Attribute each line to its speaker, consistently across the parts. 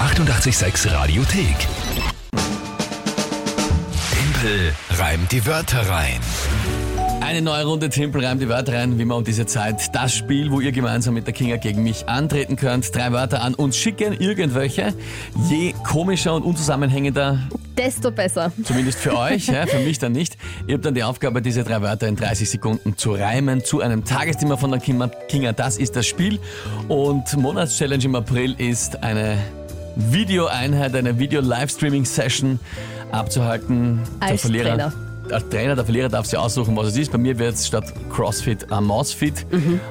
Speaker 1: 886 Radiothek. Tempel reimt die Wörter rein.
Speaker 2: Eine neue Runde Tempel reimt die Wörter rein, wie immer um diese Zeit. Das Spiel, wo ihr gemeinsam mit der Kinga gegen mich antreten könnt. Drei Wörter an uns schicken, irgendwelche. Je komischer und unzusammenhängender,
Speaker 3: Desto besser.
Speaker 2: zumindest für euch, ja, für mich dann nicht. Ihr habt dann die Aufgabe, diese drei Wörter in 30 Sekunden zu reimen zu einem Tagesthema von der Kinga. Kinga, das ist das Spiel. Und Monatschallenge im April ist eine Videoeinheit, eine Video-Livestreaming-Session abzuhalten.
Speaker 3: Als Trainer.
Speaker 2: Als Trainer, der Verlierer darf sich aussuchen, was es ist. Bei mir wird es statt CrossFit ein Mausfit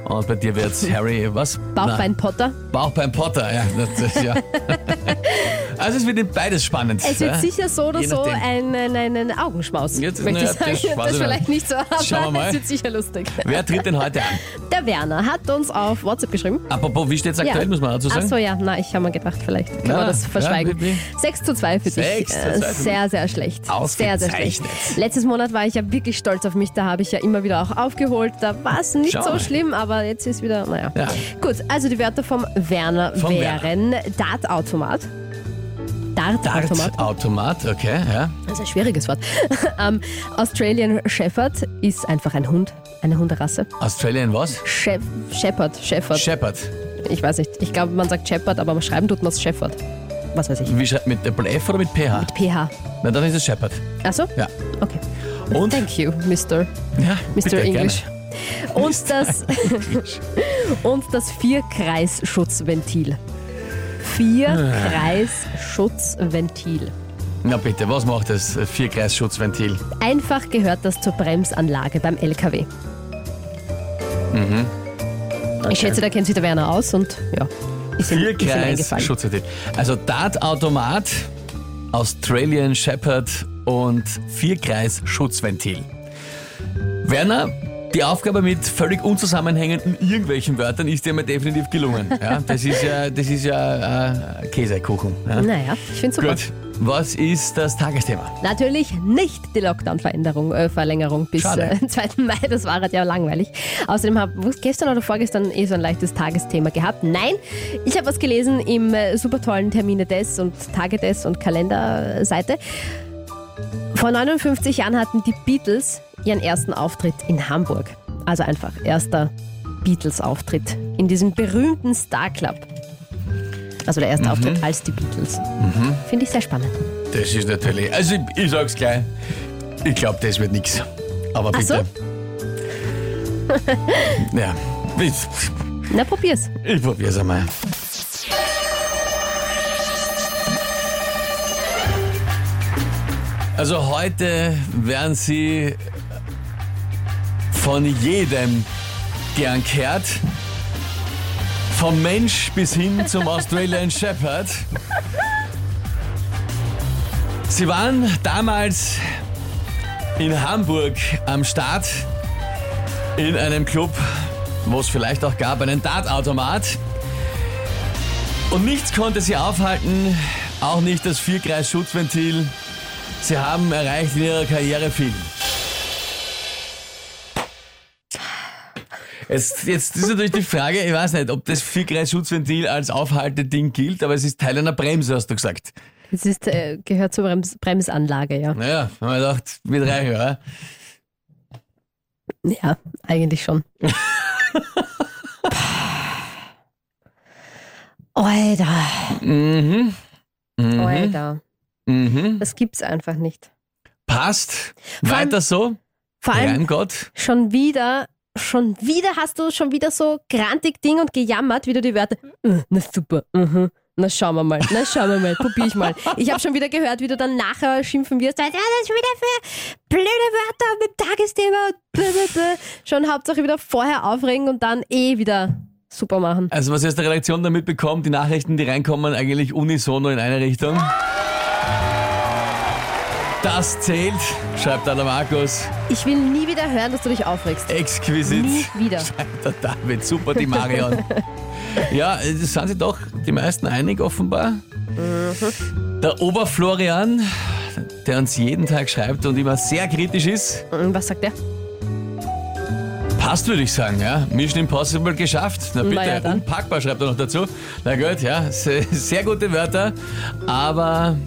Speaker 2: und bei dir wird es Harry, was?
Speaker 3: Mhm. Bauchbein Potter.
Speaker 2: Nein, Bauchbein Potter, ja. Das, ist ja. also es wird in beides spannend.
Speaker 3: Es wird
Speaker 2: ja.
Speaker 3: sicher so oder
Speaker 2: Je
Speaker 3: so
Speaker 2: nachdem.
Speaker 3: einen, einen Augenschmaus,
Speaker 2: Jetzt-
Speaker 3: möchte ich
Speaker 2: naja,
Speaker 3: sagen.
Speaker 2: das
Speaker 3: Das,
Speaker 2: weiß ich
Speaker 3: vielleicht nicht so, aber
Speaker 2: Schauen wir mal.
Speaker 3: es wird sicher lustig.
Speaker 2: Wer tritt denn heute an?
Speaker 3: Der Werner hat uns auf WhatsApp geschrieben.
Speaker 2: Apropos, wie steht es aktuell, muss man dazu sagen?
Speaker 3: Achso, ja, na, ich habe mir gedacht, vielleicht kann
Speaker 2: Na,
Speaker 3: man das
Speaker 2: ja,
Speaker 3: verschweigen.
Speaker 2: bitte.
Speaker 3: 6 zu 2 für dich.
Speaker 2: Sechs zu zwei für
Speaker 3: Äh,
Speaker 2: mich.
Speaker 3: Sehr, sehr schlecht. Sehr, sehr schlecht.
Speaker 2: Ausgezeichnet.
Speaker 3: Letztes Monat war ich ja wirklich stolz auf mich, da habe ich ja immer wieder auch aufgeholt. Da war es nicht
Speaker 2: Schau
Speaker 3: so
Speaker 2: mal.
Speaker 3: schlimm, aber jetzt ist wieder, naja.
Speaker 2: Ja.
Speaker 3: Gut, also die Wörter vom Werner
Speaker 2: Vom
Speaker 3: wären Dartautomat. Dartautomat.
Speaker 2: Automat, okay, ja.
Speaker 3: Das ist ein schwieriges Wort. ähm, Australian Shepherd ist einfach ein Hund, eine Hunderasse.
Speaker 2: Australian was?
Speaker 3: She Shepherd, Shepherd.
Speaker 2: Shepherd.
Speaker 3: ich weiß nicht, ich glaube, man sagt Shepherd, aber schreiben tut man es Shepherd. Was weiß ich.
Speaker 2: Wie schreibt mit F oder mit PH?
Speaker 3: PH.
Speaker 2: Na, dann ist es Shepherd.
Speaker 3: Achso?
Speaker 2: Ja.
Speaker 3: Okay.
Speaker 2: Und?
Speaker 3: Thank you, Mr.
Speaker 2: Ja, bitte,
Speaker 3: Mr. English.
Speaker 2: Gerne.
Speaker 3: Und das, und das Vierkreisschutzventil. Vierkreisschutzventil.
Speaker 2: Na bitte, was macht das Vierkreisschutzventil?
Speaker 3: Einfach gehört das zur Bremsanlage beim LKW.
Speaker 2: Mhm.
Speaker 3: Ich schätze, da kennt sich der Werner aus und ja, ist ihm, ist ihm eingefallen.
Speaker 2: Vierkreisschutzventil. Also Dartautomat, Australian Shepherd und Vierkreisschutzventil. Werner, die Aufgabe mit völlig unzusammenhängenden irgendwelchen Wörtern ist dir mal definitiv gelungen. Ja, das ist ja, das ist ja äh, Käsekuchen. Ja.
Speaker 3: Naja, ich finde super.
Speaker 2: Gut, was ist das Tagesthema?
Speaker 3: Natürlich nicht die Lockdown-Veränderung, äh, Verlängerung bis
Speaker 2: Schade.
Speaker 3: äh, 2. Mai. Das war halt ja langweilig. Außerdem habe ich gestern oder vorgestern eh so ein leichtes Tagesthema gehabt. Nein, ich habe was gelesen im äh, super tollen Termine des und Tage des und Kalenderseite. Vor 59 Jahren hatten die Beatles ihren ersten Auftritt in Hamburg. Also einfach erster Beatles-Auftritt in diesem berühmten Star Club. Also der erste Auftritt als die Beatles. Finde ich sehr spannend.
Speaker 2: Das ist natürlich, also ich, ich sag's gleich, ich glaube, das wird nichts. Aber
Speaker 3: Ach
Speaker 2: bitte. ja, ich,
Speaker 3: Na, probier's.
Speaker 2: ich probier's einmal. Also heute werden Sie von jedem gern kehrt. Vom Mensch bis hin zum Australian Shepherd. Sie waren damals in Hamburg am Start in einem Club, wo es vielleicht auch gab einen Dartautomat. Und nichts konnte sie aufhalten, auch nicht das Vierkreis-Schutzventil. Sie haben erreicht in ihrer Karriere viel. Jetzt, jetzt ist natürlich die Frage, ich weiß nicht, ob das Vierkreis-Schutzventil als Aufhalteding gilt, aber es ist Teil einer Bremse, hast du gesagt.
Speaker 3: Es ist, äh, gehört zur Brems Bremsanlage, ja.
Speaker 2: Naja, haben wir gedacht, wird reichen, oder?
Speaker 3: Ja, eigentlich schon. Alter,
Speaker 2: Mhm. Mhm.
Speaker 3: Alter.
Speaker 2: mhm.
Speaker 3: Das gibt's einfach nicht.
Speaker 2: Passt.
Speaker 3: Vor allem-
Speaker 2: Weiter so.
Speaker 3: Vor allem
Speaker 2: Reim Gott.
Speaker 3: schon wieder, schon wieder hast du schon wieder so grantig Ding und gejammert, wie du die Wörter. "Äh, Na super, mhm. Na schauen wir mal, na schauen wir mal, probier ich mal. Ich habe schon wieder gehört, wie du dann nachher schimpfen wirst. Ja, das ist wieder für blöde Wörter mit Tagesthema. Blö, blö, blö. Schon Hauptsache wieder vorher aufregen und dann eh wieder super machen.
Speaker 2: Also was ihr aus der Redaktion damit bekommt, die Nachrichten, die reinkommen, eigentlich unisono in eine Richtung. Das zählt, schreibt der Markus.
Speaker 3: Ich will nie wieder hören, dass du dich aufregst.
Speaker 2: Exquisit.
Speaker 3: Nie wieder.
Speaker 2: Schreibt der David. Super, die Marion. ja, es sind sie doch die meisten einig offenbar. Der Oberflorian,
Speaker 3: Hm,
Speaker 2: der uns jeden Tag schreibt und immer sehr kritisch ist.
Speaker 3: Was sagt der?
Speaker 2: Passt, würde ich sagen, ja. Mission Impossible geschafft. Na bitte,
Speaker 3: Na ja, dann.
Speaker 2: unpackbar schreibt er noch dazu. Na gut, ja, se- sehr gute Wörter, aber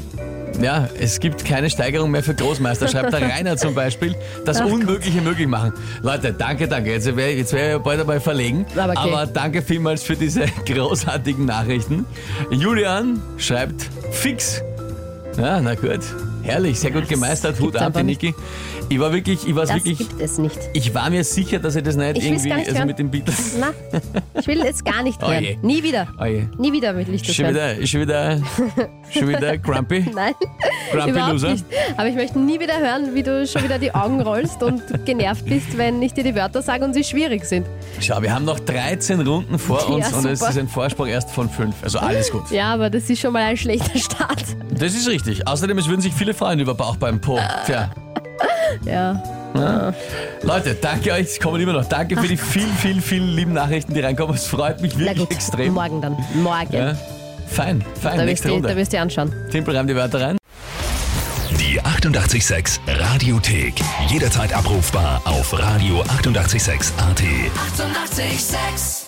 Speaker 2: ja, es gibt keine Steigerung mehr für Großmeister, schreibt der Rainer zum Beispiel. Das Unmögliche möglich machen. Leute, danke, danke. Jetzt wäre jetzt wär ich ja bald dabei verlegen.
Speaker 3: Aber okay.
Speaker 2: aber danke vielmals für diese großartigen Nachrichten. Julian schreibt fix. Ja, na gut. Herrlich, sehr gut
Speaker 3: Das
Speaker 2: gemeistert. Hut
Speaker 3: gibt's
Speaker 2: ab,
Speaker 3: einfach
Speaker 2: die Niki. Ich war wirklich, ich war
Speaker 3: Das
Speaker 2: wirklich.
Speaker 3: gibt es nicht.
Speaker 2: Ich war mir sicher, dass er das nicht
Speaker 3: Ich will's
Speaker 2: irgendwie
Speaker 3: gar nicht
Speaker 2: also
Speaker 3: hören.
Speaker 2: mit den Beatles.
Speaker 3: Na, ich will es gar nicht
Speaker 2: Oh
Speaker 3: hören.
Speaker 2: je.
Speaker 3: Nie wieder.
Speaker 2: Oh je.
Speaker 3: Nie wieder will ich das
Speaker 2: Schon
Speaker 3: hören.
Speaker 2: wieder, schon wieder, schon wieder grumpy,
Speaker 3: Nein,
Speaker 2: grumpy
Speaker 3: überhaupt
Speaker 2: Loser.
Speaker 3: nicht. Aber ich möchte nie wieder hören, wie du schon wieder die Augen rollst und genervt bist, wenn ich dir die Wörter sage und sie schwierig sind.
Speaker 2: Schau, wir haben noch 13 Runden vor
Speaker 3: Ja,
Speaker 2: uns und es
Speaker 3: super.
Speaker 2: ist ein Vorsprung erst von 5. Also alles gut.
Speaker 3: Ja, aber das ist schon mal ein schlechter Start.
Speaker 2: Das ist richtig. Außerdem, es würden sich viele freuen über Bauch beim Po. Tja.
Speaker 3: Ja.
Speaker 2: Leute, danke euch, es kommen immer noch. Danke für die vielen, vielen, vielen lieben Nachrichten, die reinkommen. Es freut mich
Speaker 3: Na
Speaker 2: wirklich
Speaker 3: gut,
Speaker 2: extrem.
Speaker 3: morgen dann. Morgen.
Speaker 2: Ja. Fein, fein,
Speaker 3: Da wirst,
Speaker 2: nächste
Speaker 3: du, eh- da
Speaker 2: Runde.
Speaker 3: wirst du anschauen.
Speaker 2: Timpel, reim die Wörter rein.
Speaker 1: Die 886 Radiothek. Jederzeit abrufbar auf radio886.at. 886!
Speaker 4: 886